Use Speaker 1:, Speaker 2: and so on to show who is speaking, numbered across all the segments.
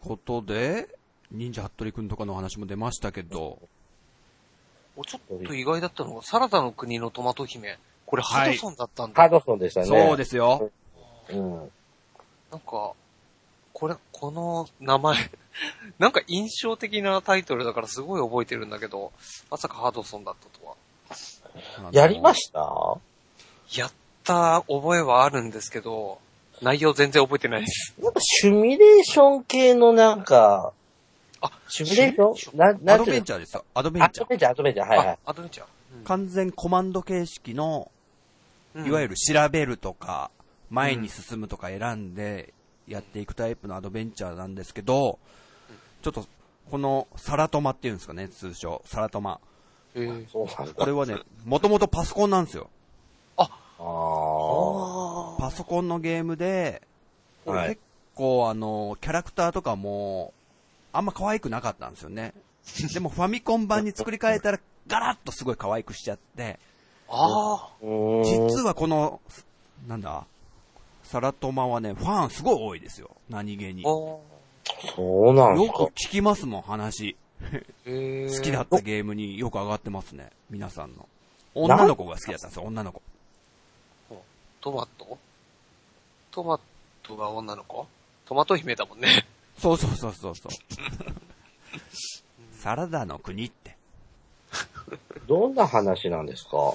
Speaker 1: ことで、忍者ハットリくんとかのお話も出ましたけど、
Speaker 2: おちょっと意外だったのが、サラダの国のトマト姫。これハドソンだったんだ。
Speaker 3: ハドソンでしたね。
Speaker 1: そうですよ。
Speaker 3: す。うん。
Speaker 2: なんか、これ、この名前、 なんか印象的なタイトルだからすごい覚えてるんだけど、まさかハドソンだったとは。
Speaker 3: やりま
Speaker 1: し
Speaker 3: したな
Speaker 2: やった覚えはあるんですけど、内容全然覚えてないです。
Speaker 3: んかシミュレーション系のなんか、
Speaker 2: あ、
Speaker 3: シミュレーションな、
Speaker 1: ア
Speaker 3: なん
Speaker 1: ド
Speaker 3: て
Speaker 1: ベ
Speaker 3: いう
Speaker 1: ン
Speaker 3: の
Speaker 1: チャーですよ。アドベン
Speaker 3: ア
Speaker 1: チャ
Speaker 3: ド
Speaker 1: ー。
Speaker 3: ベンチャー、アドベンチャー、はいはい。
Speaker 2: あ、アドベンチャー。
Speaker 1: 完全コマンド形式の、
Speaker 2: うん
Speaker 1: いわゆる調べるとか、前に進むとか選んでやっていくタイプのアドベンチャーなんですけど、ちょっと、このサラトマっていうんですかね、通称。サラトマ。
Speaker 2: うんえー
Speaker 3: そうなんだ。
Speaker 1: これ はね、もともとパソコンなんですよ。
Speaker 3: あ
Speaker 1: パソコンのゲームで、こ
Speaker 3: は
Speaker 1: れ
Speaker 3: い
Speaker 1: 結構あの、キャラクターとかも、あんま可愛くなかったんですよ ね。でもファミコン版に作り変えたら、ガラッとすごい可愛くしちゃって、
Speaker 2: あ
Speaker 3: あ。うーん
Speaker 1: 実はこの、なんだ、サラトマはね、ファンすごい多いですよ。何気に。
Speaker 2: ー、あ
Speaker 1: よ
Speaker 2: ー、
Speaker 3: そうなんです
Speaker 1: く
Speaker 3: か。
Speaker 1: 聞きますもん、話。
Speaker 2: えー
Speaker 1: 好きだったゲームによく上がってますね。皆さんの。女の子が好きだったんですよ、女の子。
Speaker 2: トマトトマトが女の子トマト姫だもんね。
Speaker 1: そうそうそうそうそう。サラダの国って。
Speaker 3: どんな話なんですか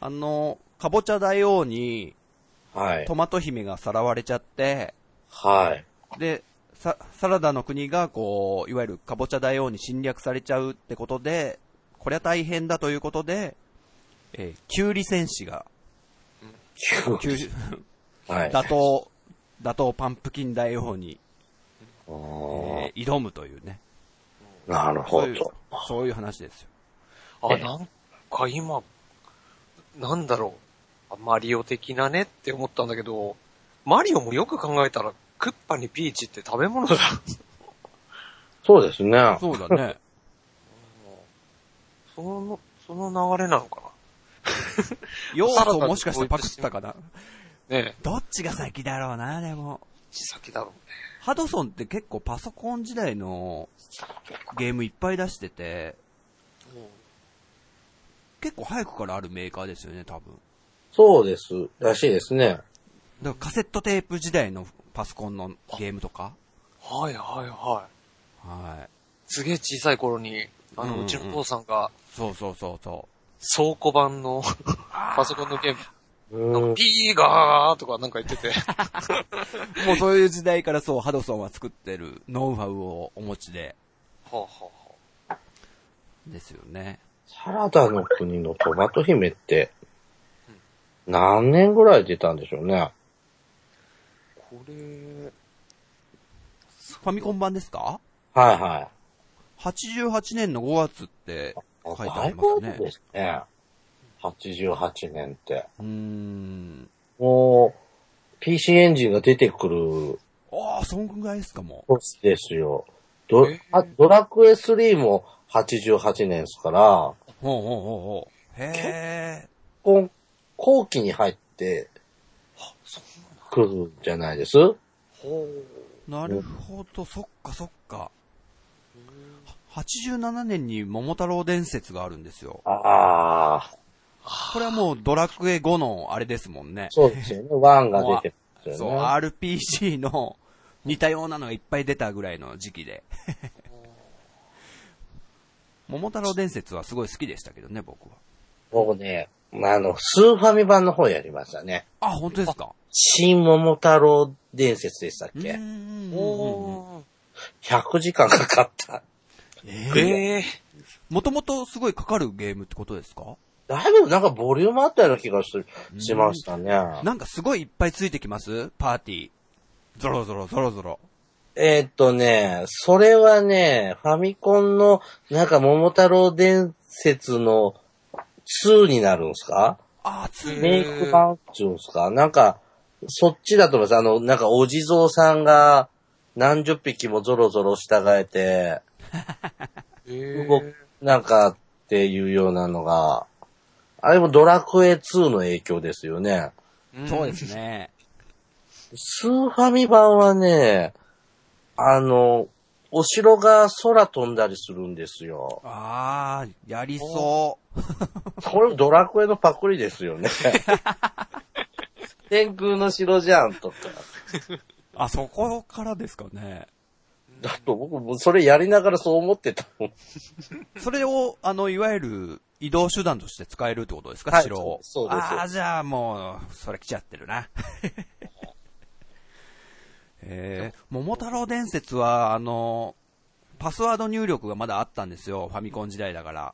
Speaker 1: あの、かぼちゃ大王に
Speaker 3: はい
Speaker 1: ト。マト姫がさらわれちゃって、
Speaker 3: はい。
Speaker 1: で、さ、サラダの国がこう、いわゆるかぼちゃ大王に侵略されちゃうってことで、こりゃ大変だということで、えー、キュウリ戦士が、キュウリ
Speaker 3: はい。
Speaker 1: 打倒、打倒パンプキン大王に、え
Speaker 3: あー
Speaker 1: ー挑むというね。
Speaker 3: なるほ
Speaker 1: そういう
Speaker 3: ど。、
Speaker 1: そういう話です よ。
Speaker 2: あ、なんか今、なんだろう。あマリオ的なねって思ったんだけど、マリオもよく考えたら、クッパにピーチって食べ物だ。
Speaker 3: そうですね。
Speaker 1: そうだね。
Speaker 2: その、その流れなのか
Speaker 1: 要素もしかしてパクったかな
Speaker 2: な。ねえ、
Speaker 1: どっちが先だろうな、でも。
Speaker 2: 地先だろうね。
Speaker 1: ハドソンって結構パソコン時代のゲームいっぱい出してて、結構早くからあるメーカーですよね、多分。
Speaker 3: そうです。らしいですね。
Speaker 1: だからカセットテープ時代のパソコンのゲームとか。
Speaker 2: はいはいはい。
Speaker 1: はい。
Speaker 2: すげえ小さい頃に、あ
Speaker 1: うんうんう
Speaker 2: の、
Speaker 1: ん
Speaker 2: うちの父さんが
Speaker 1: そうそうそうそ
Speaker 2: 倉庫版のパソコンのゲーム、
Speaker 3: うん。
Speaker 2: ピーガーとかなんか言ってて、
Speaker 1: う。もうそういう時代からそう、ハドソンは作ってるノウハウをお持ちで、
Speaker 2: ほうほうほ
Speaker 1: ですよね。
Speaker 3: サラダの国のトマト姫って、何年ぐらい出たんでしょうね。
Speaker 2: う。これ、
Speaker 1: ファミコン版ですか
Speaker 3: はいはい。
Speaker 1: ?88 年の5月って書いてあ
Speaker 3: だい
Speaker 1: り
Speaker 3: ぶ
Speaker 1: ます
Speaker 3: 後
Speaker 1: ね。
Speaker 3: ですね。88年って。
Speaker 1: うーん。
Speaker 3: もう、PC エンジンが出てくる
Speaker 1: ああ、そんぐらいですかも。
Speaker 3: 年ですよ。ド
Speaker 2: えー
Speaker 3: あドラクエ3も88年ですから、
Speaker 1: ほうほうほうほう。へえ。
Speaker 3: 今後期に入って
Speaker 2: あ、そうなんだ。
Speaker 3: くるんじゃないです
Speaker 2: ほう。
Speaker 1: なるほど、そっかそっか。87年に桃太郎伝説があるんですよ。
Speaker 3: ああ、
Speaker 1: これはもうドラクエ5のあれですもんね。
Speaker 3: そうですよね。1が出てくるんです
Speaker 1: そう、
Speaker 3: よね。
Speaker 1: RPG の似たようなのがいっぱい出たぐらいの時期で。 桃太郎伝説はすごい好きでしたけどね、僕は。
Speaker 3: 僕ね、あの、スーファミ版の方やりましたね。
Speaker 1: あ、本当ですか
Speaker 3: 新桃太郎伝説でしたっ
Speaker 1: う
Speaker 3: け
Speaker 1: ーん。
Speaker 2: おー。
Speaker 3: ?100 時間かかった。
Speaker 1: え
Speaker 2: ええ
Speaker 1: もともとすごいかかるゲームってことですか
Speaker 3: だいぶなんかボリュームあったような気がししましたね。
Speaker 1: なんかすごいいっぱいついてきますパーティー。ゾロゾロゾロゾロ。
Speaker 3: えーっとね、それはね、ファミコンの、なんか桃太郎伝説の2になるんすか
Speaker 1: あー、つい
Speaker 2: へー
Speaker 3: メイク版っていうんすかなんか、そっちだと思います。あの、なんかお地蔵さんが何十匹もゾロゾロ従えて、
Speaker 2: え
Speaker 3: 動く、なんかっていうようなのが、あれもドラクエ2の影響ですよね。
Speaker 1: そうですね。
Speaker 3: スーファミ版はね、あの、お城が空飛んだりするんですよ。
Speaker 1: あー、やりそう。
Speaker 3: これもドラクエのパクリですよね。天空の城じゃんとか。
Speaker 1: あ、そこからですかね。
Speaker 3: だと僕もそれやりながらそう思ってたもん。
Speaker 1: それを、あの、いわゆる移動手段として使えるってことですか、
Speaker 3: はい
Speaker 1: 城を。
Speaker 3: そうそうです
Speaker 1: ああ、じゃあもう、それ来ちゃってるな。 えー、桃太郎伝説は、あの、パスワード入力がまだあったんですよ、ファミコン時代だから。
Speaker 2: あ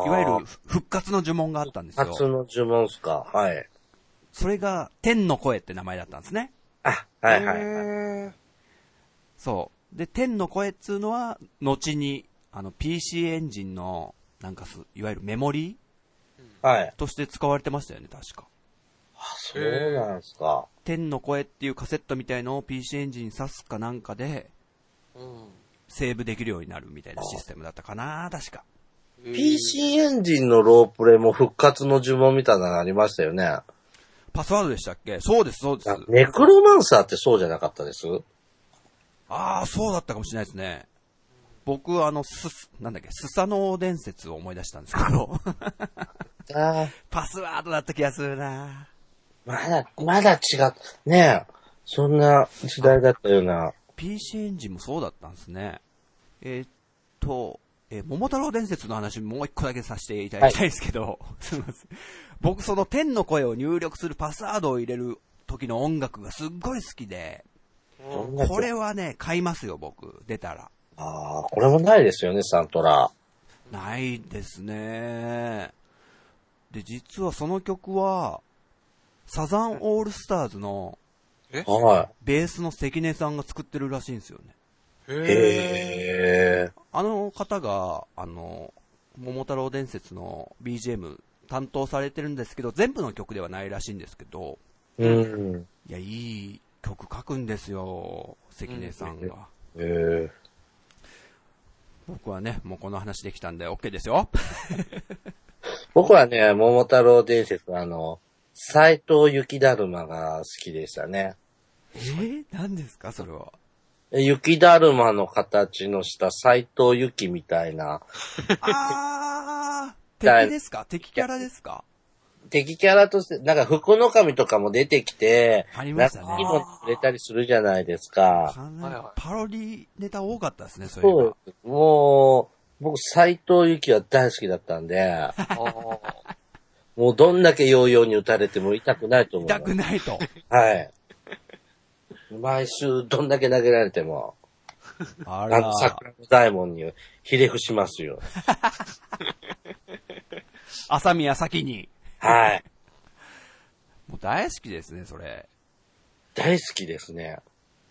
Speaker 2: あ。
Speaker 1: いわゆるふ復活の呪文があったんですよ。
Speaker 3: 初の呪文っすか。はい。
Speaker 1: それが、天の声って名前だったんですね。
Speaker 3: あ、はいはいはい。
Speaker 2: い。
Speaker 1: そう。で、天の声っつうのは、後に、あの、PC エンジンの、なんかす、いわゆるメモリ
Speaker 3: はい
Speaker 1: ー。として使われてましたよね、確か。
Speaker 3: あそうなんですか。
Speaker 1: 天の声っていうカセットみたいのを PC エンジン挿すかなんかで、
Speaker 2: うん。
Speaker 1: セーブできるようになるみたいなシステムだったかな、確か。
Speaker 3: PC エンジンのロープレイも復活の呪文みたいなのありましたよね。
Speaker 1: パスワードでしたっけそうです、そうです。
Speaker 3: あネクロマンサーってそうじゃなかったです
Speaker 1: ああ、そうだったかもしれないですね。僕、あの、すす、なんだっけ、スサノオ伝説を思い出したんですけど、
Speaker 3: ああ、
Speaker 1: パスワードだった気がするな。
Speaker 3: まだ、まだ違っねえ。そんな時代だったような。
Speaker 1: PC エンジンもそうだったんですね。えーっと、えー桃太郎伝説の話もう一個だけさせていただきたいんですけど、 すいません。僕その天の声を入力するパスワードを入れる時の音楽がすっごい好きで、
Speaker 2: うん
Speaker 1: これはね、買いますよ僕、出たら。
Speaker 3: ああ、これもないですよね、サントラ。
Speaker 1: ないですね。で、実はその曲は、サザンオールスターズの
Speaker 3: は
Speaker 1: ベースの関根さんが作ってるらしいんですよね。
Speaker 3: い。
Speaker 2: へえ。
Speaker 3: へえ。
Speaker 1: あの方が、あの、桃太郎伝説の BGM 担当されてるんですけど、全部の曲ではないらしいんですけど、
Speaker 3: うん。
Speaker 1: いや、いい曲書くんですよ、関根さんが。
Speaker 3: へえ。
Speaker 1: 僕はね、もうこの話できたんで OK ですよ。
Speaker 3: 僕はね、桃太郎伝説のあの、斎藤雪だるまが好きでしたね。
Speaker 1: えー、何ですか、それは。
Speaker 3: 雪だるまの形のした斎藤雪みたいな、
Speaker 1: あー、
Speaker 3: だ
Speaker 1: 敵ですか敵キャラですか
Speaker 3: 敵キャラとして、なんか福の神とかも出てきて、
Speaker 1: あり
Speaker 3: な
Speaker 1: ま
Speaker 3: ん
Speaker 1: し
Speaker 3: か
Speaker 1: た
Speaker 3: 木
Speaker 1: ね。
Speaker 3: も触れたりするじゃないですか。
Speaker 1: 完全
Speaker 2: はい
Speaker 1: に
Speaker 2: はい
Speaker 1: パロディネタ多かったですね、それ
Speaker 3: そ
Speaker 1: は
Speaker 3: う。です。もう、僕、斎藤由紀は大好きだったん で、
Speaker 2: ああ。
Speaker 3: もうどんだけヨーヨーに打たれても痛くないと思う。
Speaker 1: 痛くないと。
Speaker 3: はい。毎週どんだけ投げられても、
Speaker 1: あ
Speaker 3: あ
Speaker 1: ら
Speaker 3: の桜の大門にひれ伏しますよ。
Speaker 1: 朝宮先に。
Speaker 3: はい。
Speaker 1: もう大好きですね、それ。
Speaker 3: 大好きですね。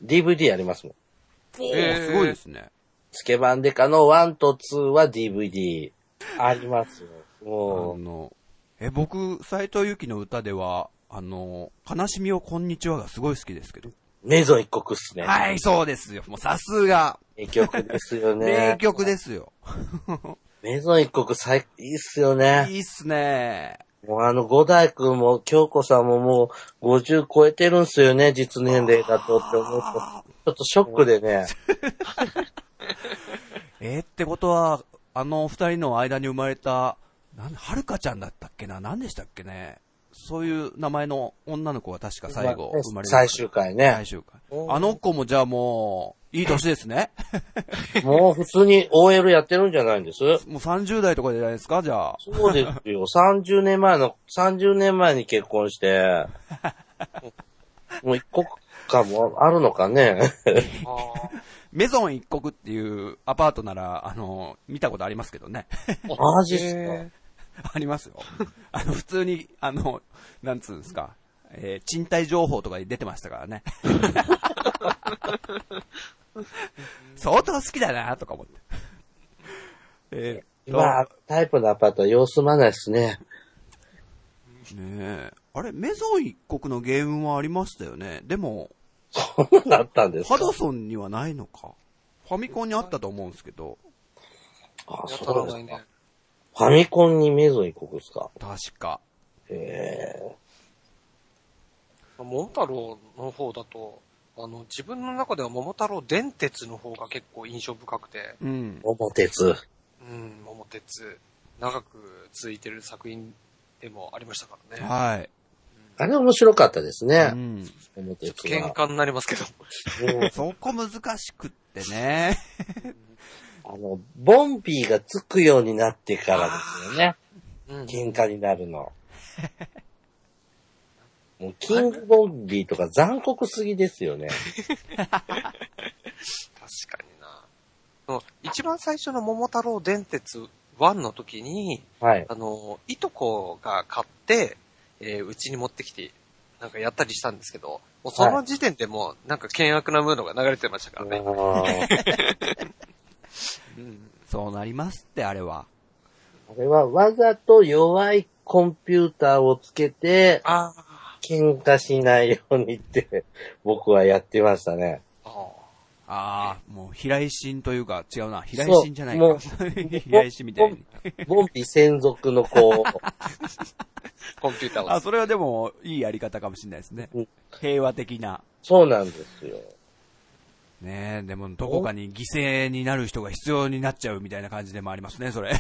Speaker 3: DVD ありますもん。
Speaker 1: えー、すごいですね。
Speaker 3: スケバンデカの1と2は DVD ありますよ。
Speaker 1: あ
Speaker 3: もう、
Speaker 1: の、え、僕、斎藤由貴の歌では、あの、悲しみをこんにちはがすごい好きですけど。
Speaker 3: メゾン一国っすね。
Speaker 1: はい、そうですよ。もうさすが、
Speaker 3: 名曲ですよね
Speaker 1: 名。曲ですよ。
Speaker 3: メゾン一国最、いいっすよね。
Speaker 1: いいっす ね。
Speaker 3: もうあの、五代君も、京子さんももう、50超えてるんすよね、実年齢だとって思うと、ちょっとショックでね、
Speaker 1: えーってことは、あの二人の間に生まれた、なん、はるかちゃんだったっけな何でしたっけねそういう名前の女の子が確か最後
Speaker 3: まあね
Speaker 1: 生まれる
Speaker 3: 最終回ね
Speaker 1: 最。終回
Speaker 2: お。ー
Speaker 1: あの子もじゃあもう、いい年ですね。
Speaker 3: もう普通に OL やってるんじゃないんです
Speaker 1: もう30代とかじゃないですかじゃあ。
Speaker 3: そうです よ。30年前の、30年前に結 婚して、もう一国かもあるのかね。
Speaker 2: ああ。
Speaker 1: メゾン一国っていうアパートなら、あの、見たことありますけどね。
Speaker 3: マジっすか。
Speaker 1: あり ますよ。あの、普通に、あの、なんつうんですか。えー賃貸情報とかで出てましたから ね。相当好きだなとか思って。えーっと、
Speaker 3: まあ、タイプのアパートは様子まないっすね。
Speaker 1: ねえあれ、メゾン一国のゲームはありましたよね。でも、
Speaker 3: こんなのあったんですか
Speaker 1: ハドソンにはないのか。ファミコンにあったと思うんですけど、
Speaker 3: あ、
Speaker 2: や
Speaker 3: そ
Speaker 2: た
Speaker 3: う
Speaker 2: ら
Speaker 3: で
Speaker 2: ない
Speaker 3: すか
Speaker 2: ね。。
Speaker 3: ファミコンにメゾン一国ですか。
Speaker 1: 確か。
Speaker 3: へえ。
Speaker 2: モンタロウの方だと、あの、自分の中では桃太郎電鉄の方が結構印象深くて、
Speaker 1: うん。
Speaker 3: 桃鉄。
Speaker 2: うん、桃鉄、長く続いてる作品でもありましたからね。
Speaker 1: はい。
Speaker 3: あれ面白かったですね
Speaker 1: う。ん。
Speaker 3: 桃
Speaker 2: ちょっ
Speaker 3: 鉄
Speaker 2: と喧
Speaker 3: は。
Speaker 2: 嘩になりますけど。
Speaker 3: うん
Speaker 1: そこ難しくってね。
Speaker 3: あの、ボンビーがつくようになってからですよね。
Speaker 2: うん
Speaker 3: 喧嘩になるの。 もう、キングボンビーとか残酷すぎですよね。
Speaker 2: 確かにな。その一番最初の桃太郎電鉄1の時に、
Speaker 3: はい。
Speaker 2: あの、いとこが買って、えーうちに持ってきて、なんかやったりしたんですけど、もうその時点でもう、なんか険悪なムードが流れてましたからね。
Speaker 3: あ
Speaker 2: うん
Speaker 1: そうなりますって、あれは。
Speaker 3: れはわざと弱いコンピューターをつけて、
Speaker 2: あー
Speaker 3: 喧嘩しないようにって、僕はやってました ね。
Speaker 2: あー。
Speaker 1: ああ、もう、飛来心というか、違うな。飛来
Speaker 3: そう
Speaker 1: 心じゃない
Speaker 3: も
Speaker 1: か。
Speaker 3: う
Speaker 1: 飛来心みたいに。
Speaker 3: ボンビー専属のこ
Speaker 2: コンピューターを
Speaker 1: あ、それはでも、いいやり方かもしれないですね
Speaker 3: うん。
Speaker 1: 平和的な。
Speaker 3: う、そうなんですよ。
Speaker 1: ねえ、でも、どこかに犠牲になる人が必要になっちゃうみたいな感じでもありますね、そ れ。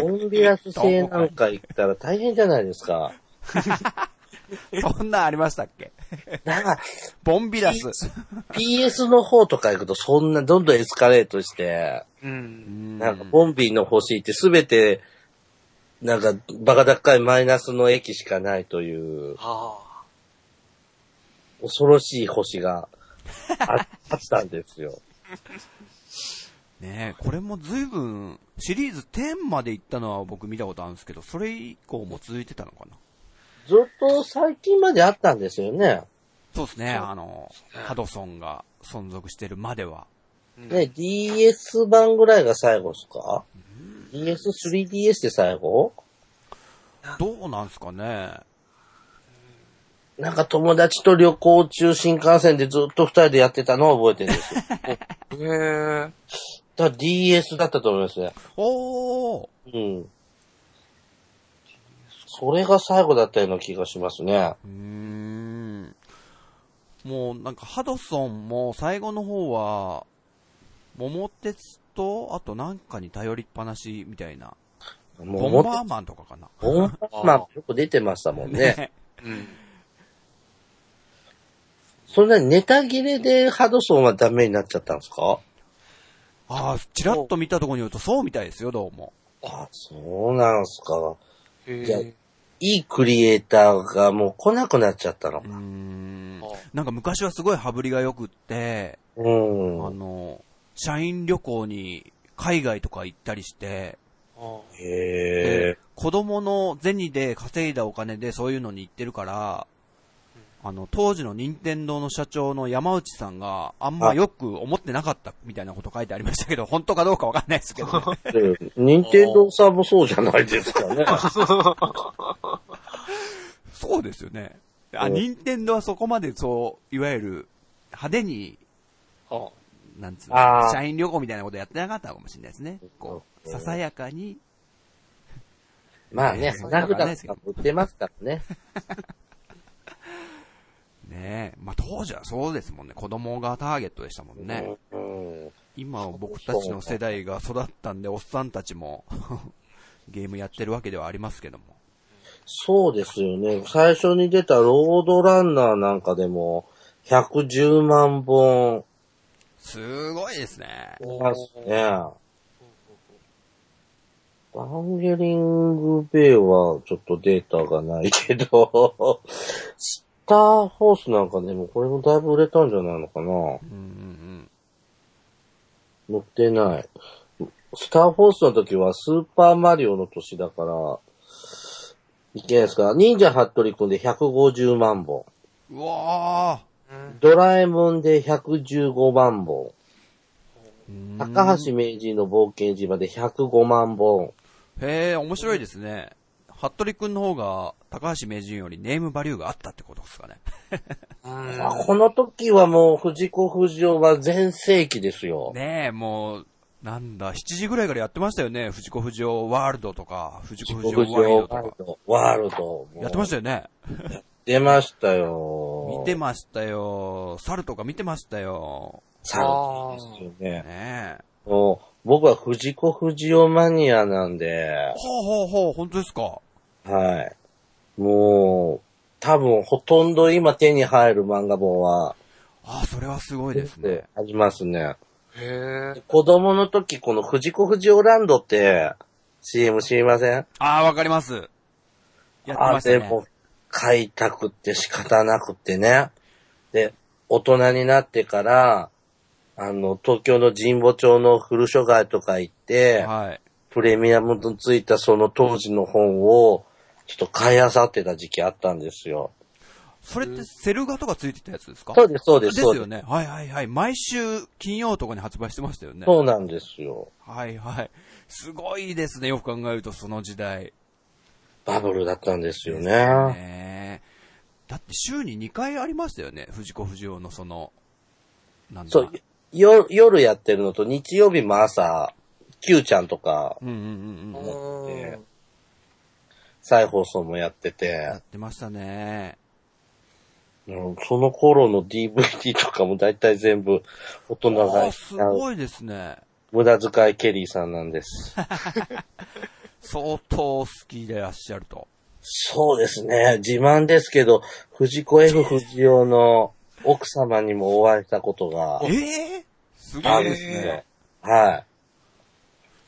Speaker 3: ボンビアス製なんか行ったら大変じゃないですか。
Speaker 1: そんなんありましたっけ
Speaker 3: だから、
Speaker 1: ボンビラス。
Speaker 3: PS の方とか行くとそんな、どんどんエスカレートして、
Speaker 2: う。
Speaker 1: うんん
Speaker 3: なんか、ボンビーの星ってすべて、なんか、バカ高いマイナスの駅しかないという、
Speaker 2: あ
Speaker 3: 恐ろしい星がああったんですよ。
Speaker 1: ねえ、これも随分、シリーズ10まで行ったのは僕見たことあるんですけど、それ以降も続いてたのかな
Speaker 3: ずっと最近まであったんですよね。
Speaker 1: そうですね、あの、
Speaker 2: ね
Speaker 1: ハドソンが存続してるまでは。
Speaker 2: あ。うん
Speaker 3: ね、DS 版ぐらいが最後ですか ?DS3DS で最後
Speaker 1: どうなんすかね
Speaker 3: なんか友達と旅行中新幹線でずっと二人でやってたのを覚えてるん ですよ。
Speaker 2: へえ。
Speaker 3: だから DS だったと思いますね。
Speaker 1: おー
Speaker 3: うん。それが最後だったような気がしますね。
Speaker 1: うーん。もうなんかハドソンも最後の方は、桃鉄と、あとなんかに頼りっぱなしみたいな。
Speaker 3: もう
Speaker 1: ボン
Speaker 3: もっ
Speaker 1: バー
Speaker 3: と
Speaker 1: マンとかかな。
Speaker 3: ボンバーマンよく出てましたもんね。
Speaker 2: うん。
Speaker 3: そんなネタ切れでハドソンはダメになっちゃったんですか
Speaker 1: ああ、ちらっと見たところによるとそうみたいですよ、どうも。
Speaker 3: あ、そうなんすか。
Speaker 2: へ
Speaker 3: じゃあ
Speaker 2: え。
Speaker 3: いいクリエイターがもう来なくなっちゃったの
Speaker 1: うー
Speaker 3: か。
Speaker 1: ん
Speaker 2: あ。
Speaker 1: なんか昔はすごい羽振りが良くって、
Speaker 3: う
Speaker 1: あ
Speaker 3: ん。
Speaker 1: の、社員旅行に海外とか行ったりして、
Speaker 2: あ
Speaker 3: へえ
Speaker 1: で。子供の銭で稼いだお金でそういうのに行ってるから、あの、当時の任天堂の社長の山内さんがあんまよく思ってなかったみたいなこと書いてありましたけど、本 当かどうかわかんないですけど、ね、
Speaker 3: で任天堂さんもそうじゃないですか ね。
Speaker 1: そうですよね。あ、
Speaker 3: うん
Speaker 1: 任天堂はそこまでそう、いわゆる派手に、
Speaker 2: あ。
Speaker 1: なんつう
Speaker 3: あ
Speaker 1: の、
Speaker 3: ー
Speaker 1: 社員旅行みたいなことやってなかったかもしれないですね。こう、
Speaker 3: うん
Speaker 1: ささやかに、
Speaker 3: まあね、
Speaker 1: そう
Speaker 3: 花札とか売ってますからね。
Speaker 1: ねえ、まあ当時はそうですもんね。子供がターゲットでしたもんね。
Speaker 3: うん。
Speaker 1: 今僕たちの世代が育ったんで、おっさんたちも ゲームやってるわけではありますけども。
Speaker 3: そうですよね。最初に出たロードランナーなんかでも、110万本
Speaker 1: すごいですね。
Speaker 3: 出ますね。バンゲリングベイはちょっとデータがないけど、スターホースなんかでもこれもだいぶ売れたんじゃないのかな
Speaker 1: うんうんうん。
Speaker 3: 乗ってない。スターフォースの時はスーパーマリオの年だから、いけないですか忍者ハットリくんで150万本。
Speaker 1: うわ
Speaker 2: うん
Speaker 3: ドラえもんで115万本。
Speaker 1: ー
Speaker 3: 高
Speaker 1: うん
Speaker 3: 橋名人の冒険島で105万本。
Speaker 1: へえ、面白いですね。服部くんの方が、高橋名人よりネームバリューがあったってことですかね。
Speaker 2: うん
Speaker 3: あこの時はもう藤子不二雄は全盛期ですよ。
Speaker 1: ねえ、もう、なんだ、7時ぐらいからやってましたよね。藤子不二雄ワールドとか、藤子不二雄ワイドと
Speaker 3: ワール
Speaker 1: か。
Speaker 3: ド。ワールド。
Speaker 1: やってましたよね。
Speaker 3: 出ましたよ。
Speaker 1: 見てましたよ。猿とか見てましたよ。
Speaker 3: サウですよね。
Speaker 1: ねえ。
Speaker 3: もう僕は藤子不二雄マニアなんで、
Speaker 1: ほうほうほう、本当ですか。
Speaker 3: はい。もう、多分ほとんど今手に入る漫画本は、
Speaker 1: ああ、それはすごいですね。
Speaker 3: ありますね。
Speaker 2: へえ。
Speaker 3: 子供の時、この藤子不二雄ランドって、CM 知りません
Speaker 1: ああ、わかります。やってま
Speaker 3: あ
Speaker 1: したね。
Speaker 3: でも、買いたくって仕方なくってね。で、大人になってから、あの、東京の神保町の古書街とか行って、
Speaker 1: はい。
Speaker 3: プレミアムのついたその当時の本を、ちょっと買い漁ってた時期あったんですよ。
Speaker 1: それってセル画とかついてたやつですか
Speaker 3: そうです、そうで、
Speaker 1: ですす
Speaker 3: そう
Speaker 1: よね。はいはいはい。毎週金曜とかに発売してましたよね。
Speaker 3: そうなんですよ。
Speaker 1: はいはい。すごいですね。よく考えるとその時代。
Speaker 3: バブルだったんですよね。
Speaker 1: ねえだって週に2回ありましたよね。藤子不二雄のその、なんだ
Speaker 3: そう、よ夜やってるのと日曜日も朝、Q ちゃんとか
Speaker 1: うんうんうんうん。
Speaker 2: うーん。
Speaker 3: 再放送もやってて
Speaker 1: やっ、てましたね。
Speaker 3: うんその頃の DVD とかも大体全部大人
Speaker 1: あ
Speaker 3: が
Speaker 1: あ、すごいですね。
Speaker 3: 無駄遣いケリーさんなんです。
Speaker 1: 相当好きでいらっしゃると。
Speaker 3: そうですね。自慢ですけど、藤 子 F 不二雄の奥様にも追われたことが
Speaker 1: ええす
Speaker 3: あ
Speaker 1: ごい
Speaker 3: るん
Speaker 1: で
Speaker 3: ですす
Speaker 1: ね
Speaker 3: ね。。は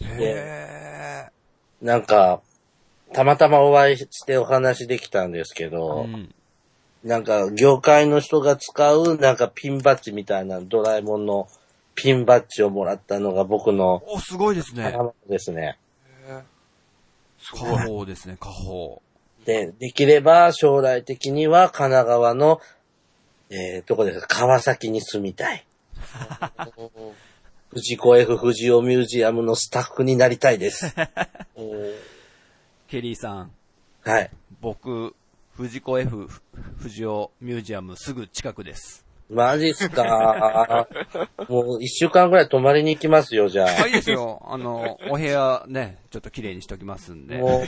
Speaker 1: へ
Speaker 3: い。なんか、たまたまお会いしてお話できたんですけ
Speaker 1: え。
Speaker 3: ど、
Speaker 1: うん
Speaker 3: なんか、業界の人が使う、なんかピンバッジみたいなドラえもんのピンバッジをもらったのが僕の
Speaker 1: お、すごいですね。
Speaker 3: 宝物ですね。
Speaker 2: へ
Speaker 1: 家宝ですね、家宝。
Speaker 3: で、できれば将来的には神奈川の、えー、どこですか、川崎に住みたい。
Speaker 2: ーおー
Speaker 3: 藤子 F 不二雄ミュージアムのスタッフになりた いです。
Speaker 2: おー
Speaker 1: ケリーさん、
Speaker 3: はい。
Speaker 1: 僕、藤子 F 不二雄ミュージアムすぐ近くです。
Speaker 3: マジっすかもう一週間ぐらい泊まりに行きますよ、じゃ
Speaker 1: あ、
Speaker 3: あ。
Speaker 1: いいですよ。 あの、お部屋ね、ちょっと綺麗にしときますんで。
Speaker 3: もう、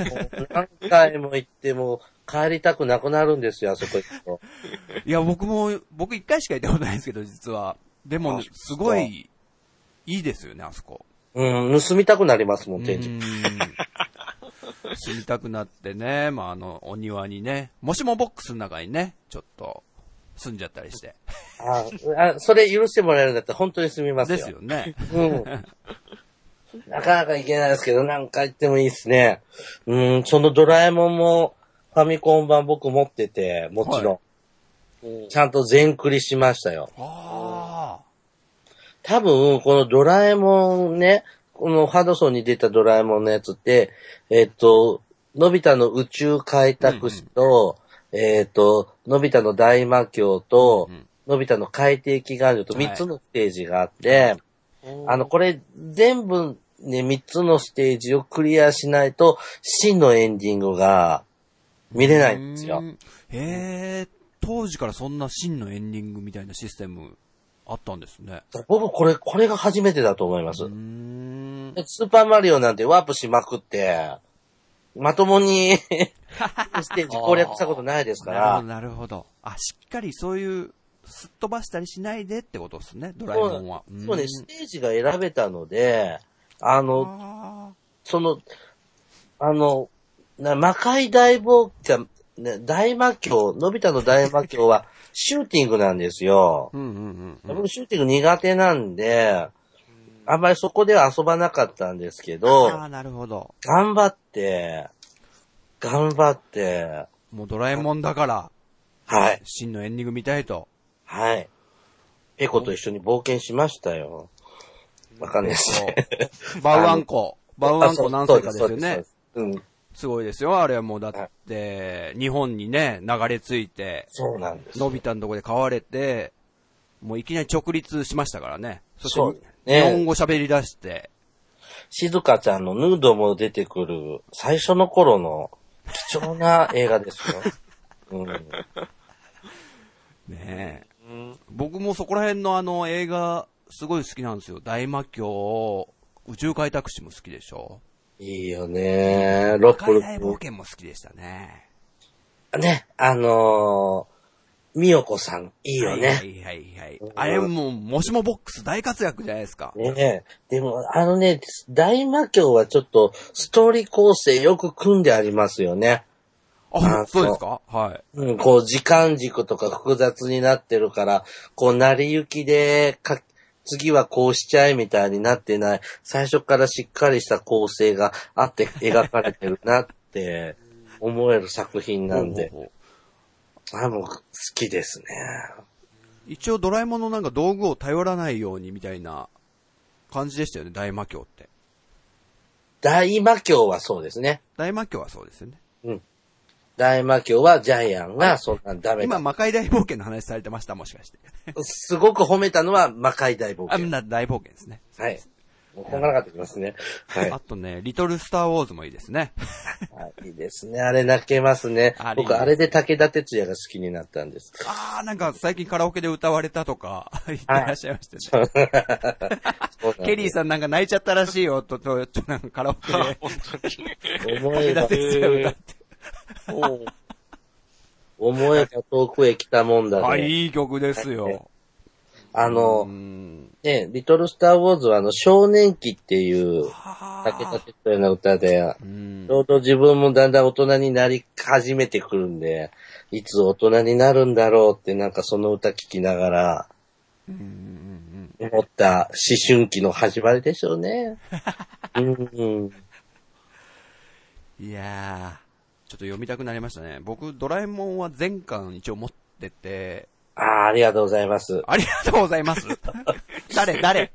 Speaker 3: 何回も行っても、帰りたくなくなるんですよ、あそこ行く と。
Speaker 1: いや、僕も、僕一回しか行ったことないんですけど、実は。でも
Speaker 3: あ、
Speaker 1: すごい、いいですよね、あそこ。
Speaker 3: うん、盗みたくなりますも、
Speaker 1: うん
Speaker 3: 展示。
Speaker 1: 住みたくなってね、まあ、あの、お庭にね、もしもボックスの中にね、ちょっと、住んじゃったりして。
Speaker 3: ああ、それ許してもらえるんだったら本当にすみますよ。
Speaker 1: ですよ ね。
Speaker 3: うん。なかなか行けないですけど、なんか行ってもいいですね。うん、そのドラえもんも、ファミコン版僕持ってて、もちろん。
Speaker 2: お
Speaker 3: ちゃんと全クリしましたよ。
Speaker 1: ああ。
Speaker 3: 多分、このドラえもんね、このハドソンに出たドラえもんのやつって、えっと、のび太の宇宙開拓史と、えっと、のび太の大魔教と、
Speaker 1: うん
Speaker 3: のび太の海底祈願所と
Speaker 1: はい
Speaker 3: 3つのステージがあって、あの、これ全部ね、3つのステージをクリアしないと、真のエンディングが見れないんです
Speaker 1: う
Speaker 3: よ
Speaker 1: ー。んへえ、当時からそんな真のエンディングみたいなシステムあったんですね。
Speaker 3: 僕これ、これが初めてだと思います
Speaker 1: うー。ん。
Speaker 3: でスーパーマリオなんてワープしまくって、まともに ステージ攻略したことないですか
Speaker 1: なるほど、
Speaker 3: ら、
Speaker 1: なるほど。あ、しっかりそういう、すっ飛ばしたりしないでってことですね、ドラえもんは。
Speaker 3: そうね、
Speaker 1: ん
Speaker 3: ステージが選べたので、あの、
Speaker 1: あ
Speaker 3: その、あの、な魔界大冒険、ね大魔教、のび太の大魔教はシューティングなんですよ
Speaker 1: ー。うんうんうんうん。
Speaker 3: 僕シューティング苦手なんで、あんまりそこでは遊ばなかったんですけど、
Speaker 1: ああ、なるほど。
Speaker 3: 頑張って、頑張って、
Speaker 1: もうドラえもんだから、
Speaker 3: はい。
Speaker 1: 真のエンディング見たいと。
Speaker 3: はい。ペコと一緒に冒険しましたよ。わかんないですね。
Speaker 1: そうバウアンコ。バウアンコ何歳かですよ
Speaker 3: そう
Speaker 1: ね。。
Speaker 3: そうですそうですうん。
Speaker 1: すごいですよ。あれはもうだって、日本にね、流れ着いて、
Speaker 3: そうなんです。
Speaker 1: のび太のとこで買われて、もういきなり直立しましたからね。そして、
Speaker 3: そうね
Speaker 1: 日本語喋り出して、
Speaker 3: 静香ちゃんのヌードも出てくる最初の頃の貴重な映画です よ。うん。
Speaker 1: ねえ。
Speaker 2: うん
Speaker 1: 僕もそこら辺のあの映画、すごい好きなんですよ。大魔教、宇宙開拓士も好きでしょ。
Speaker 3: いいよねロッ
Speaker 1: 海
Speaker 3: ク
Speaker 1: 外冒険も好きでしたね。
Speaker 3: ね、あのみよこさん、いいよね。
Speaker 1: はいはいはいはい。あれもう、もしもボックス大活躍じゃないですか。
Speaker 3: ねえ。でも、あのね、大魔教はちょっと、ストーリー構成よく組んでありますよね。
Speaker 1: あ、
Speaker 3: あ
Speaker 1: そうですかはい。
Speaker 3: うん、こう、時間軸とか複雑になってるから、こう、成り行きで、か、次はこうしちゃえみたいになってない、最初からしっかりした構成があって描かれてるなって思える作品なんで、
Speaker 1: ほうほうほ
Speaker 3: あ、もう好きですね。
Speaker 1: う一応ドラえもんのなんか道具を頼らないようにみたいな感じでしたよね、大魔教って。
Speaker 3: 大魔教はそうですね。
Speaker 1: 大魔教はそうですよね。
Speaker 3: 大魔教はジャイアンがそんなんダメ
Speaker 1: 今、
Speaker 3: だ。
Speaker 1: 魔界大冒険の話されてました、もしかして。
Speaker 3: すごく褒めたのは魔界大冒
Speaker 1: あ、
Speaker 3: 険。
Speaker 1: な、大冒険ですね。
Speaker 3: はい。もうこんがらがってきますね。はい。
Speaker 1: あとね、リトルスターウォーズもいいですね。
Speaker 3: あいいですね。あれ泣けますね
Speaker 1: あ。れいいです
Speaker 3: 僕、あれで武田鉄矢が好きになったんです。
Speaker 1: あー、なんか最近カラオケで歌われたとか言ってらっしゃいましたね。ケリーさんなんか泣いちゃったらしいよ、と、と、ちょ、なんかカラオケで
Speaker 2: 本当に。
Speaker 3: ん。思え
Speaker 1: 武田
Speaker 3: ば、
Speaker 1: 鉄矢 歌って。
Speaker 2: おう
Speaker 3: 思えば遠くへ来たもんだ
Speaker 1: あ、
Speaker 3: ね。
Speaker 1: いい曲ですよ。
Speaker 3: あ
Speaker 1: う
Speaker 3: の、
Speaker 1: ん。
Speaker 3: ね、リトルスターウォーズはあの、少年期っていう、武田
Speaker 1: あ
Speaker 3: 鉄矢の歌で、
Speaker 1: ーうん
Speaker 3: ち。ょうど自分もだんだん大人になり始めてくるんで、いつ大人になるんだろうってなんかその歌聞きながら、思った思春期の始まりでしょうね。うん、
Speaker 1: いやー、ちょっと読みたくなりましたね。僕、ドラえもんは全巻一応持ってて、
Speaker 3: ああ、ありがとうございます。
Speaker 1: ありがとうございます。誰、誰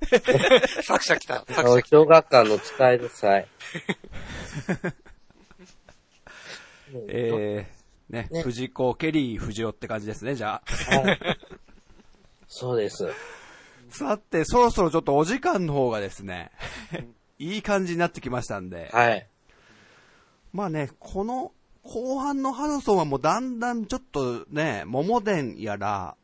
Speaker 2: 作者来た。
Speaker 3: あ
Speaker 2: 作
Speaker 3: の
Speaker 2: 者来
Speaker 3: 小学館の使える際。
Speaker 1: えー、ね、
Speaker 3: ね
Speaker 1: 藤子、ケリー、藤尾って感じですね、じゃあ。
Speaker 3: そうです。
Speaker 1: さて、そろそろちょっとお時間の方がですね、 いい感じになってきましたんで、
Speaker 3: はい。
Speaker 1: まあね、この後半のハドソンはもうだんだんちょっとね、桃伝やら、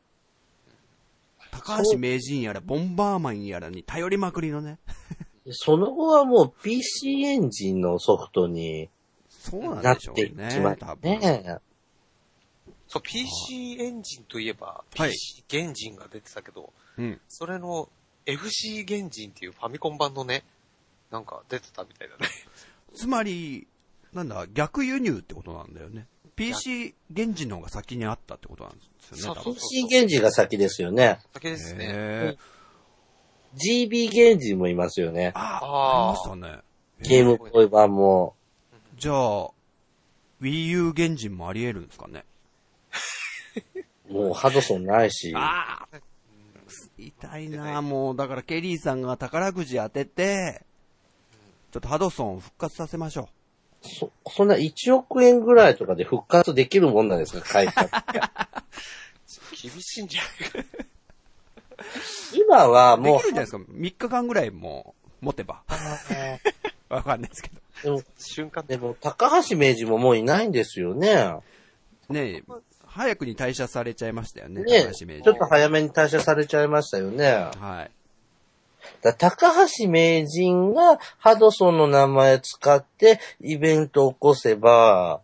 Speaker 1: 高橋名人やら、ボンバーマンやらに頼りまくりのね、
Speaker 3: その後はもう PC エンジンのソフトに
Speaker 1: そうな
Speaker 3: なんっ
Speaker 1: でしょう
Speaker 3: ていき
Speaker 1: ね。
Speaker 3: ます
Speaker 1: 多分
Speaker 3: ね。
Speaker 2: そう、PC エンジンといえば、
Speaker 1: はい
Speaker 2: PC 原人が出てたけど、
Speaker 1: うん。
Speaker 2: それの FC 原人っていうファミコン版のね、なんか出てたみた いだね。
Speaker 1: つまり、なんだ、逆輸入ってことなんだよね。PC 原人の方が先にあったってことなんですよね。多
Speaker 2: そ
Speaker 1: 分
Speaker 2: うそう
Speaker 3: PC ゲンジが先ですよね。
Speaker 2: だけですね。
Speaker 1: へー
Speaker 3: GB ゲンジもいますよね。
Speaker 1: あ、
Speaker 2: あー
Speaker 1: ありましたね。
Speaker 3: ゲームボーイ版も。
Speaker 1: じゃあ、Wii U 原人もあり得るんですかね。
Speaker 3: もうハドソンないし。
Speaker 1: ああ痛いなあもう、だからケリーさんが宝くじ当てて、ちょっとハドソンを復活させましょ
Speaker 3: そ、そんな1億円ぐらいとかで復活できるもんなんですか、会社。
Speaker 2: 厳しいんじゃないか。
Speaker 3: 今は
Speaker 1: う。で
Speaker 3: も
Speaker 1: きるんじゃないですか ?3 日間ぐらいもう、持てば。
Speaker 3: う、
Speaker 1: わかんないですけど。
Speaker 3: でも、
Speaker 2: 瞬間
Speaker 3: でも、高橋名人ももういないんですよね。
Speaker 1: ねえ、早くに退社されちゃいましたよね、
Speaker 3: ね
Speaker 1: 高橋名人
Speaker 3: ちょっと早めに退社されちゃいましたよね。
Speaker 1: はい。
Speaker 3: だ高橋名人がハドソンの名前使ってイベントを起こせば、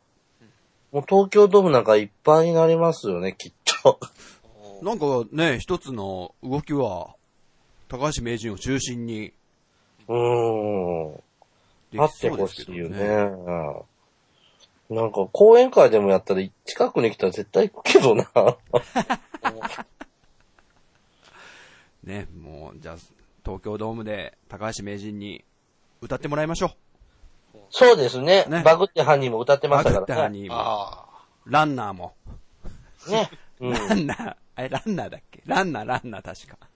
Speaker 3: もう東京ドームなんかいっぱいになりますよね、きっと。
Speaker 1: なんかね、一つの動きは、高橋名人を中心に
Speaker 3: うーん。
Speaker 1: で
Speaker 3: あ
Speaker 1: き
Speaker 3: って
Speaker 1: そうで
Speaker 3: ほ
Speaker 1: す
Speaker 3: し
Speaker 1: け
Speaker 3: い
Speaker 1: ど
Speaker 3: よね。
Speaker 1: ね。
Speaker 3: なんか、講演会でもやったら、近くに来たら絶対行くけ どな。
Speaker 1: ね、もう、じゃあ、東京ドームで高橋名人に歌ってもらいましょ
Speaker 3: そうですね。
Speaker 1: ね
Speaker 3: バグって犯人も歌って
Speaker 1: う。
Speaker 3: ま
Speaker 1: バ
Speaker 3: した
Speaker 1: グ
Speaker 3: か
Speaker 1: って
Speaker 3: ら
Speaker 1: 犯
Speaker 3: ね。
Speaker 1: 人も、
Speaker 2: あ
Speaker 1: ランナーも。
Speaker 3: ね。うん。
Speaker 1: ランナー、あれ、ランナーだっけランナー、ランナー、確か。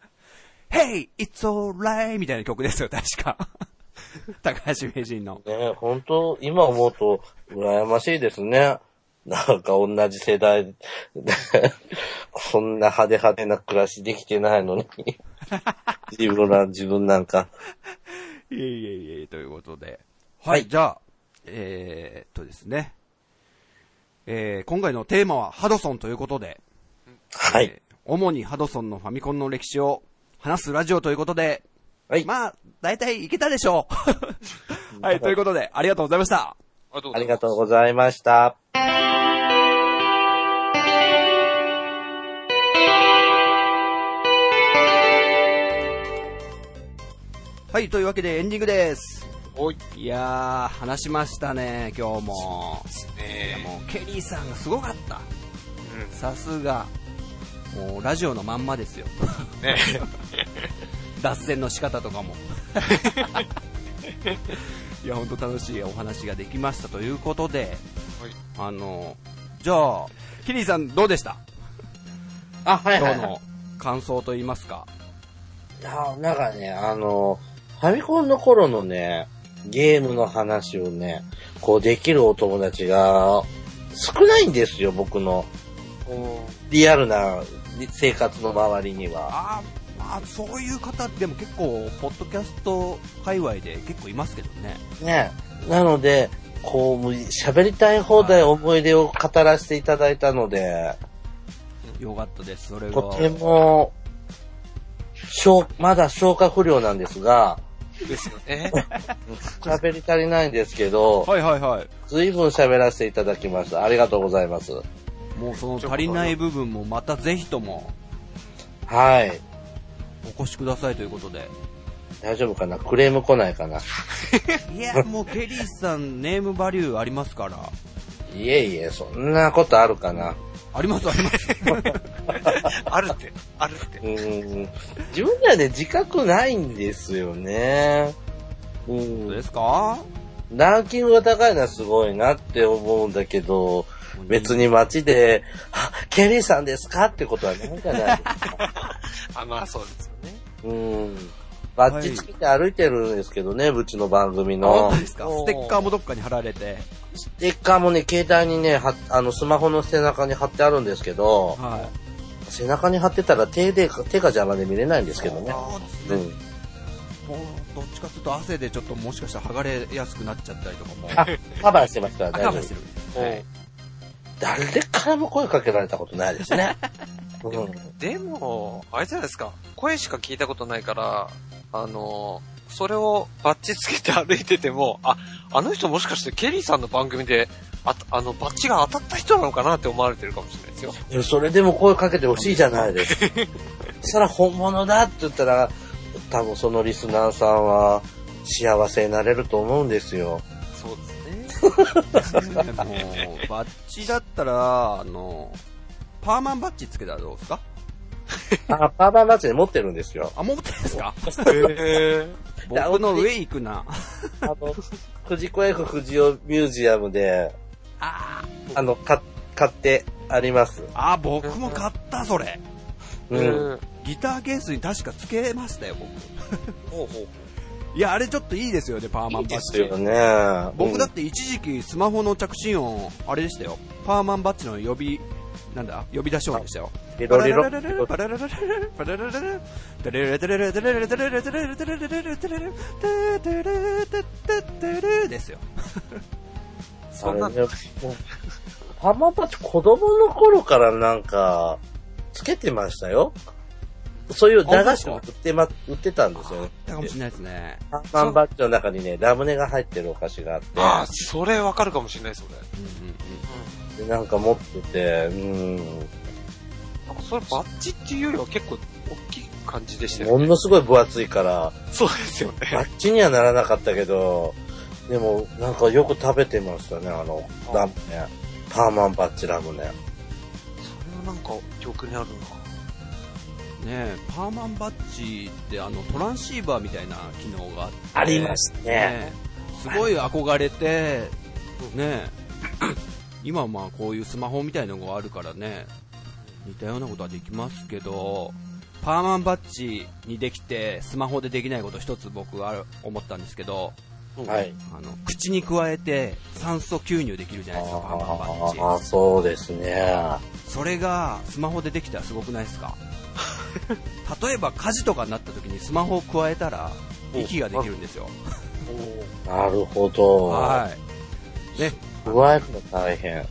Speaker 1: Hey, it's alright! みたいな曲ですよ、確か。 高橋名人の。
Speaker 3: ね本当今思うと、羨ましいですね。なんか同じ世代 で、こんな派手派手な暮らしできてない のに。自分ら、自分なんか。
Speaker 1: いえいえいえ、ということで。は、
Speaker 3: はいい
Speaker 1: じゃあ、えー、っとですね。えー、今回のテーマはハドソンということで、
Speaker 3: はい。
Speaker 1: えー主にハドソンのファミコンの歴史を話すラジオということで、
Speaker 3: はい
Speaker 1: まあ、大体いけたでしょ う。はい、ということで、ありがとうございました。
Speaker 2: あ。あ
Speaker 3: あり
Speaker 2: りが
Speaker 3: が
Speaker 2: と
Speaker 3: と
Speaker 2: う
Speaker 3: う
Speaker 2: ございます。
Speaker 3: ございました。
Speaker 1: はい、というわけでエンディングです。
Speaker 2: おいで
Speaker 1: いやー、話しましたね、今日も。
Speaker 2: す
Speaker 1: いや
Speaker 2: ね。
Speaker 1: もう、ケリーさんがすごかった。
Speaker 2: う
Speaker 1: さすが。もう、ラジオのまんまですよ。
Speaker 2: ん。ね
Speaker 1: 脱線の仕方とかも。 いや、ほんと楽しいお話ができましたということで、
Speaker 2: はい
Speaker 1: あの、じゃあ、ケリーさんどうで した
Speaker 3: あ、はい、は
Speaker 1: 今
Speaker 3: い
Speaker 1: 日
Speaker 3: はい
Speaker 1: の感想といいますか。
Speaker 3: いや。なんかね、あの、ファミコンの頃のね、ゲームの話をね、こうできるお友達が少ないんですよ、僕の。
Speaker 2: おー
Speaker 3: リアルな生活の周りには。
Speaker 1: あーまあ、そういう方でも結構、ポッドキャスト界隈で結構いますけどね。
Speaker 3: ね。なので、こう、もう喋りたい放題思い出を語らせていただいたので、
Speaker 1: よかったです、それ
Speaker 3: と
Speaker 1: は。
Speaker 3: ても、消まだ消化不良なんですが、
Speaker 2: ですよね。
Speaker 3: 喋り足りないんですけど、
Speaker 1: はいはいはい。
Speaker 3: 随分喋らせていただきました。ありがとうございます。
Speaker 1: もうその足りない部分もまたぜひとも
Speaker 3: はい。
Speaker 1: お越しくださいということで。
Speaker 3: 大丈夫かなクレーム来ないかない
Speaker 1: や、もうケリーさんネームバリューありますから。
Speaker 3: いえいえ、そんなことあるかな
Speaker 1: ありますあります。
Speaker 2: あるって、あるって
Speaker 3: う。ーん。自分ではね、自覚ないんですよね。う。
Speaker 1: そうんですか
Speaker 3: ランキングが高いのはすごいなって思うんだけど、別に街で、あ、ケリーさんですかってことはないじゃない ですか。
Speaker 2: あ、まあそうですよね。
Speaker 3: うん。バッチつけて歩いてるんですけどね、うちの番組
Speaker 1: 本
Speaker 3: の
Speaker 1: 当。ですかステッカーもどっかに貼られて。
Speaker 3: ステッカーもね、携帯にね、はあの、スマホの背中に貼ってあるんですけど、
Speaker 1: は
Speaker 3: 背中に貼ってたら手で、手が邪魔で見れないん
Speaker 1: い。
Speaker 3: ですけどね。
Speaker 1: そう
Speaker 3: う
Speaker 1: ですね
Speaker 3: ん。
Speaker 1: もうどっちかというと汗でちょっともしかしたら剥がれやすくなっちゃったりとかも。
Speaker 3: あ、カバーしてますから大
Speaker 1: 赤
Speaker 3: 丈
Speaker 1: が
Speaker 3: 夫
Speaker 1: して。る。
Speaker 2: はい
Speaker 3: 誰からも声かけられたことないです ね。うん
Speaker 2: でも、あれじゃないですか。声しか聞いたことないから、あの、それをバッチつけて歩いてても、あ、あの人もしかしてケリーさんの番組で、あた、あの、バッチが当たった人なのかなって思われてるかもしれないですよ。
Speaker 3: いやそれでも声かけてほしいじゃないですか。そしたら本物だって言ったら、多分そのリスナーさんは幸せになれると思うんですよ。
Speaker 2: そうですね。
Speaker 1: もう バッジだったら、あの、パーマンバッジつけたらどうですか
Speaker 3: あ、パーバンバッチで持ってるんですよ。
Speaker 1: あ、持ってるんです か
Speaker 2: へ
Speaker 1: 僕の上行くな。
Speaker 3: あの、藤子 F 不二雄ミュージアムで、
Speaker 1: あ
Speaker 3: あの、か、買ってあります。
Speaker 1: ーあー、僕も買った、それ。
Speaker 2: え。
Speaker 3: うん。
Speaker 2: うん。
Speaker 1: ギターケースに確かつけましたよ、僕。
Speaker 2: ほうほう。
Speaker 1: いや、あれちょっといいですよね、パーマンバッ
Speaker 3: です
Speaker 1: ジ。
Speaker 3: よね。
Speaker 1: 僕だって一時期スマホの着信音、あれでしたよ。パーマンバッジの呼び、なんだ呼び出し音でしたよ。
Speaker 3: うん、いろいろ。
Speaker 1: パラララララパララララテレレテレレテレレテレレテレレテレレテレレテレレテレテテテレですよ。
Speaker 2: そんな
Speaker 3: あれねもうパマパチ子供の頃からなんか、つけてましたよ。そういう駄菓子を売ってま、売ってたんですよ。
Speaker 1: だかもしれないですね。
Speaker 3: パンパンバッジの中にね、ラムネが入ってるお菓子があって、
Speaker 2: ああ、それわかるかもしれないです、俺。
Speaker 1: うんうんうん。
Speaker 3: でなんか持ってて、うん。
Speaker 2: なんかそれバッチっていうよりは結構大きい感じでしたよ
Speaker 3: も
Speaker 2: ね。
Speaker 3: のすごい分厚いから、
Speaker 2: そうですよね。
Speaker 3: バッチにはならなかったけど、でもなんかよく食べてましたね、あの、ラムネ。パーマンバッジラムネ。
Speaker 2: それはなんか記憶にあるな。
Speaker 1: ねえ、パーマンバッジってあのトランシーバーみたいな機能があって。
Speaker 3: ありましたね。
Speaker 1: ねえすごい憧れて、ねえ、 今まあこういうスマホみたいのがあるからね、似たようなことはできますけど、パーマンバッジにできて、スマホでできないこと一つ僕は思ったんですけど、
Speaker 3: はい。
Speaker 1: あの口に加えて酸素吸入できるじゃないですか、パーマンバ
Speaker 3: あ
Speaker 1: ッ
Speaker 3: あ、そうですね。
Speaker 1: ジ。それがスマホでできたらすごくないです か例えば火事とかになった時にスマホを加えたら、息ができるんですよ。
Speaker 3: なるほど。
Speaker 1: はい。ね、
Speaker 3: 加えるの大変。
Speaker 1: で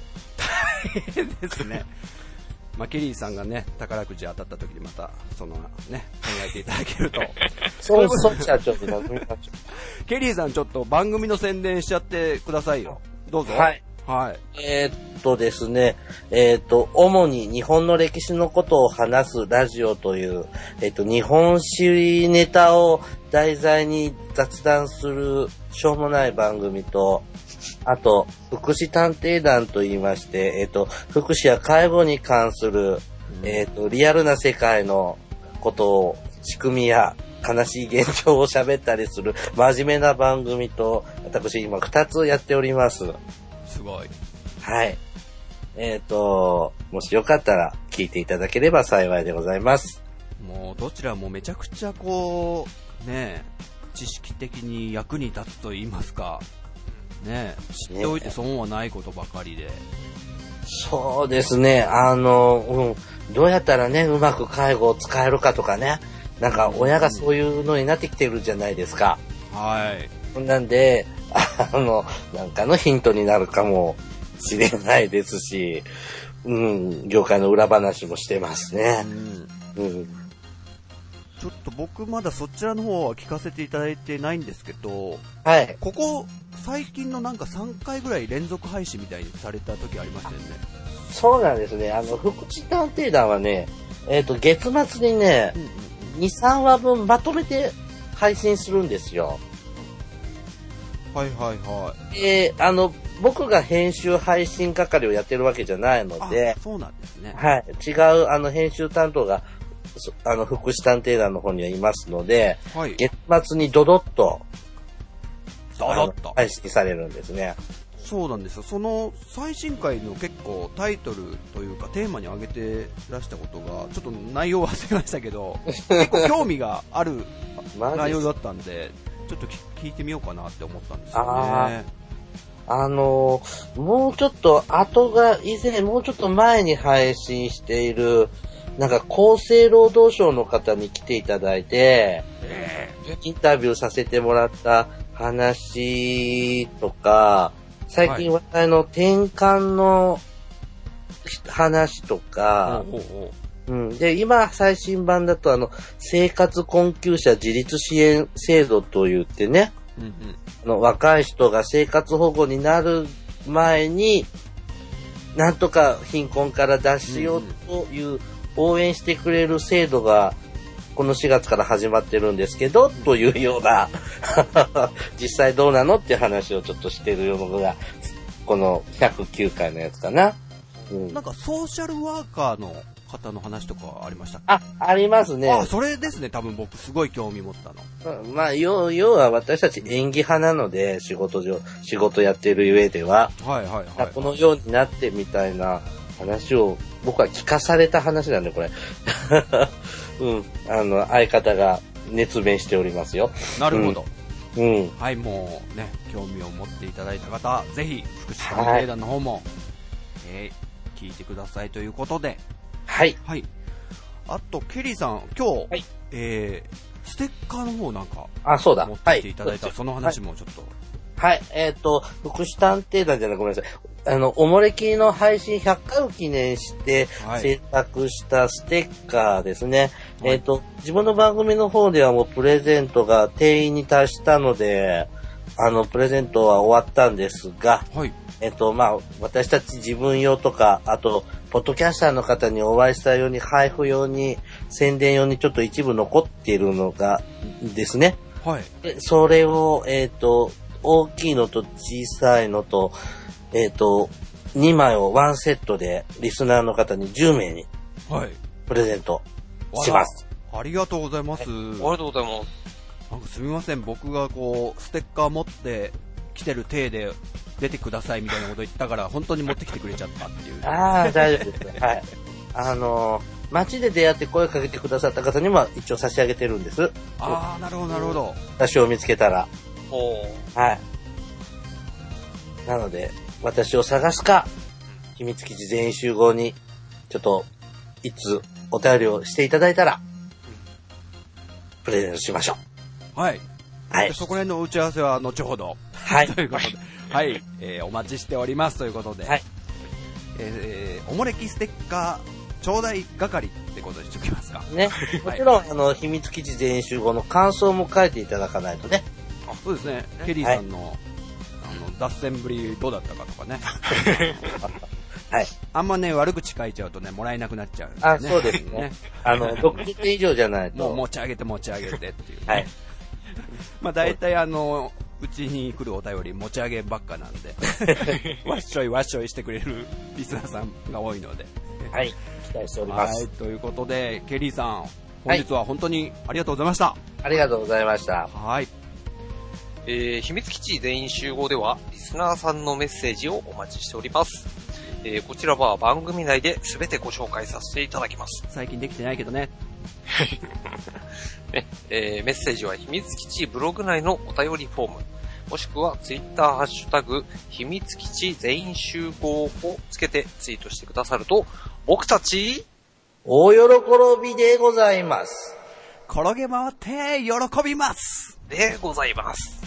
Speaker 1: すね。 まあ、ケリーさんがね、宝くじ当たった時にまた、そのね、考えていただけると。
Speaker 3: そう、そっちはちょっと飲みましょ
Speaker 1: ケリーさんちょっと番組の宣伝しちゃってくださいよ。どうぞ。
Speaker 3: う。はい。。
Speaker 1: はい。
Speaker 3: えーっとですね、えーっと、主に日本の歴史のことを話すラジオという、えーっと、日本史ネタを題材に雑談する、しょうもない番組と、あと、福祉探偵団と言いまして、えーっと、福祉や介護に関する、えーっと、リアルな世界のことを、仕組みや悲しい現状を喋ったりする、真面目な番組と、私今二つやっております。
Speaker 1: すごい。
Speaker 3: はい。えっ、と、もしよかったら聞いていただければ幸いでございます。
Speaker 1: もうどちらもめちゃくちゃこう、ねえ、知識的に役に立つと言いますか、ねえ、知っておいて損はないことばかりで。
Speaker 3: そうですね、あの、うん、どうやったらね、うまく介護を使えるかとかね、なんか親がそういうのになってきてるじゃないですか。
Speaker 1: はい。
Speaker 3: なんで、あの、なんかのヒントになるかもしれないですし、うん、業界の裏話もしてますね。うん。
Speaker 1: ちょっと僕まだそちらの方は聞かせていただいてないんですけど、
Speaker 3: はい。
Speaker 1: ここ最近のなんか3回ぐらい連続配信みたいにされた時ありましたよね。
Speaker 3: そうなんですね。あの、福祉探偵団はね、えっ、と、月末にね、
Speaker 1: うんうん
Speaker 3: 2、3話分まとめて配信するんですよ。
Speaker 1: うん。はいはいはい。
Speaker 3: で、あの、僕が編集配信係をやってるわけじゃないので
Speaker 1: あ、、そうなんですね。
Speaker 3: はい、違う、あの、編集担当が、そあの、福祉探偵団の方にはいますので、
Speaker 1: はい。
Speaker 3: 月末にドドッと、
Speaker 1: ドドッ
Speaker 3: あの
Speaker 1: と。
Speaker 3: 配信されるんですね。
Speaker 1: そうなんですよ。その最新回の結構タイトルというかテーマに挙げてらしたことが、ちょっと内容忘れましたけど、 結構興味がある
Speaker 3: マジ
Speaker 1: 内
Speaker 3: っ
Speaker 1: 容
Speaker 3: す
Speaker 1: だったんで、ちょっと聞聞いてみようかなって思ったんですよ
Speaker 3: あ
Speaker 1: ね。
Speaker 3: あの、もうちょっと後が、以前、もうちょっと前に配信している、なんか厚生労働省の方に来ていただいて、インタビューさせてもらった話とか、最近話題の転換の話とか、
Speaker 1: ほうほうほ
Speaker 3: うん、で、今最新版だとあの、生活困窮者自立支援制度と言ってね、
Speaker 1: う。うんうん。
Speaker 3: あの若い人が生活保護になる前に、なんとか貧困から脱しようという応援してくれる制度が、この4月から始まってるんですけど、というような、 実際どうなのっていう話をちょっとしてるようなのが、この109回のやつかな。うん
Speaker 1: なんかソーシャルワーカーの方の話とかありましたっ
Speaker 3: あ、あります
Speaker 1: けあ、
Speaker 3: ね。
Speaker 1: それですね。多分僕すごい興味持ったの。
Speaker 3: まあ、要要は私たち演技派なので、仕事上、仕事やってる上では。
Speaker 1: はいはい
Speaker 3: あ
Speaker 1: はい。
Speaker 3: このようになってみたいな話を僕は聞かされた話なんでこれ うんあの相方が熱弁しておりますよ
Speaker 1: なるほど。
Speaker 3: うん
Speaker 1: はい、もうね、興味を持っていただいた方、ぜひ、福祉探偵団の方も、えー聞いてくださいということで、
Speaker 3: はい
Speaker 1: はい。あと、ケリーさん、今日、
Speaker 3: はい
Speaker 1: えーステッカーの方なんか、
Speaker 3: あそうだ
Speaker 1: 持って
Speaker 3: は
Speaker 1: きていただいた、その話もちょっと、
Speaker 3: はいえっ、と福祉探偵団じゃないごめんなさいあのおもれきの配信100回を記念して
Speaker 1: はい
Speaker 3: 制作したステッカーですね、
Speaker 1: はい
Speaker 3: えっ、と自分の番組の方ではもうプレゼントが定員に達したのであのプレゼントは終わったんですが
Speaker 1: はい、
Speaker 3: えっと、まあ、私たち自分用とか、あと、ポッドキャスターの方にお会いしたように、配布用に、宣伝用にちょっと一部残っているのが、ですね。
Speaker 1: はい、
Speaker 3: でそれを、えっ、と、大きいのと小さいのと、えっ、と、2枚をワンセットで、リスナーの方に10名に
Speaker 1: はい。
Speaker 3: プレゼントします。
Speaker 1: あら。ありがとうございます。
Speaker 2: ありがとうございます。
Speaker 1: なんかすみません、僕がこう、ステッカー持ってきてる体で出てくださいみたいなこと言ったから、本当に持ってきてくれちゃったっていう。
Speaker 3: ああ、大丈夫です。はい。 あの街で出会って声かけてくださった方にも一応差し上げてるんです。
Speaker 1: あー、なるほど、なるほど。
Speaker 3: 私を見つけたら。
Speaker 2: おー
Speaker 3: はい。なので、私を探すか、秘密基地全員集合に、ちょっと、いつお便りをしていただいたら、プレゼントしましょ
Speaker 1: はい。
Speaker 3: う。はい
Speaker 1: で。そこら辺の打ち合わせは後ほど。
Speaker 3: はい。
Speaker 1: ということで、はい、えーお待ちしておりますということで、
Speaker 3: はい
Speaker 1: えーおもれきステッカー、ちょうだい係ってことにしておきますか。
Speaker 3: ね。もちろん、あの、秘密基地全員集合の感想も書いていただかないとね。
Speaker 1: そうですね、ケリーさんの、あの、脱線ぶりどうだったかとかね。
Speaker 3: はい。
Speaker 1: あんまね、悪口書いちゃうとね、もらえなくなっちゃうんで、ね。
Speaker 3: あ、そうですね。あ の、6時以上じゃな
Speaker 1: も
Speaker 3: い
Speaker 1: う
Speaker 3: と。
Speaker 1: 持ち上げて持ち上げてっていう、ね。
Speaker 3: はい。
Speaker 1: まあ大体あの、うちに来るお便り持ち上げばっかなん で、わっしょいわっしょいしてくれるリスナーさんが多いので。
Speaker 3: はい。期待しておりま
Speaker 1: は
Speaker 3: す
Speaker 1: い。、ということで、ケリーさん、本日は本当にありがとうございました。
Speaker 3: ありがとうございました。
Speaker 1: はい。
Speaker 2: えー秘密基地全員集合では、リスナーさんのメッセージをお待ちしております。えーこちらは番組内で全てご紹介させていただきます。
Speaker 1: 最近できてないけどね。
Speaker 2: ねえーメッセージは秘密基地ブログ内のお便りフォーム、もしくはツイッターハッシュタグ、秘密基地全員集合をつけてツイートしてくださると、僕たち、
Speaker 3: 大喜びでございます。
Speaker 1: 転げ回って喜びます。
Speaker 2: でございます。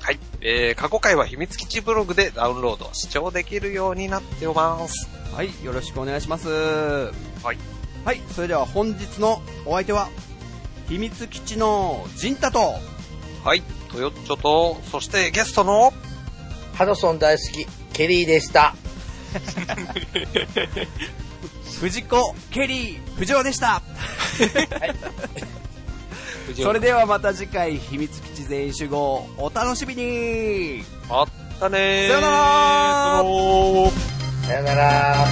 Speaker 2: はい。えー過去回は秘密基地ブログでダウンロード、視聴できるようになっております。
Speaker 1: はい、よろしくお願いします。
Speaker 2: はい。
Speaker 1: はい、それでは本日のお相手は、秘密基地のジンタと、
Speaker 2: はい。トヨッチョと、そしてゲストの、
Speaker 3: ハドソン大好き、ケリーでした。
Speaker 1: 藤子、ケリー、藤尾でした。
Speaker 2: 藤
Speaker 1: それではまた次回、秘密基地全員集合、お楽しみに
Speaker 2: まったねー。
Speaker 1: さよなら
Speaker 2: どうもー
Speaker 3: さよなら。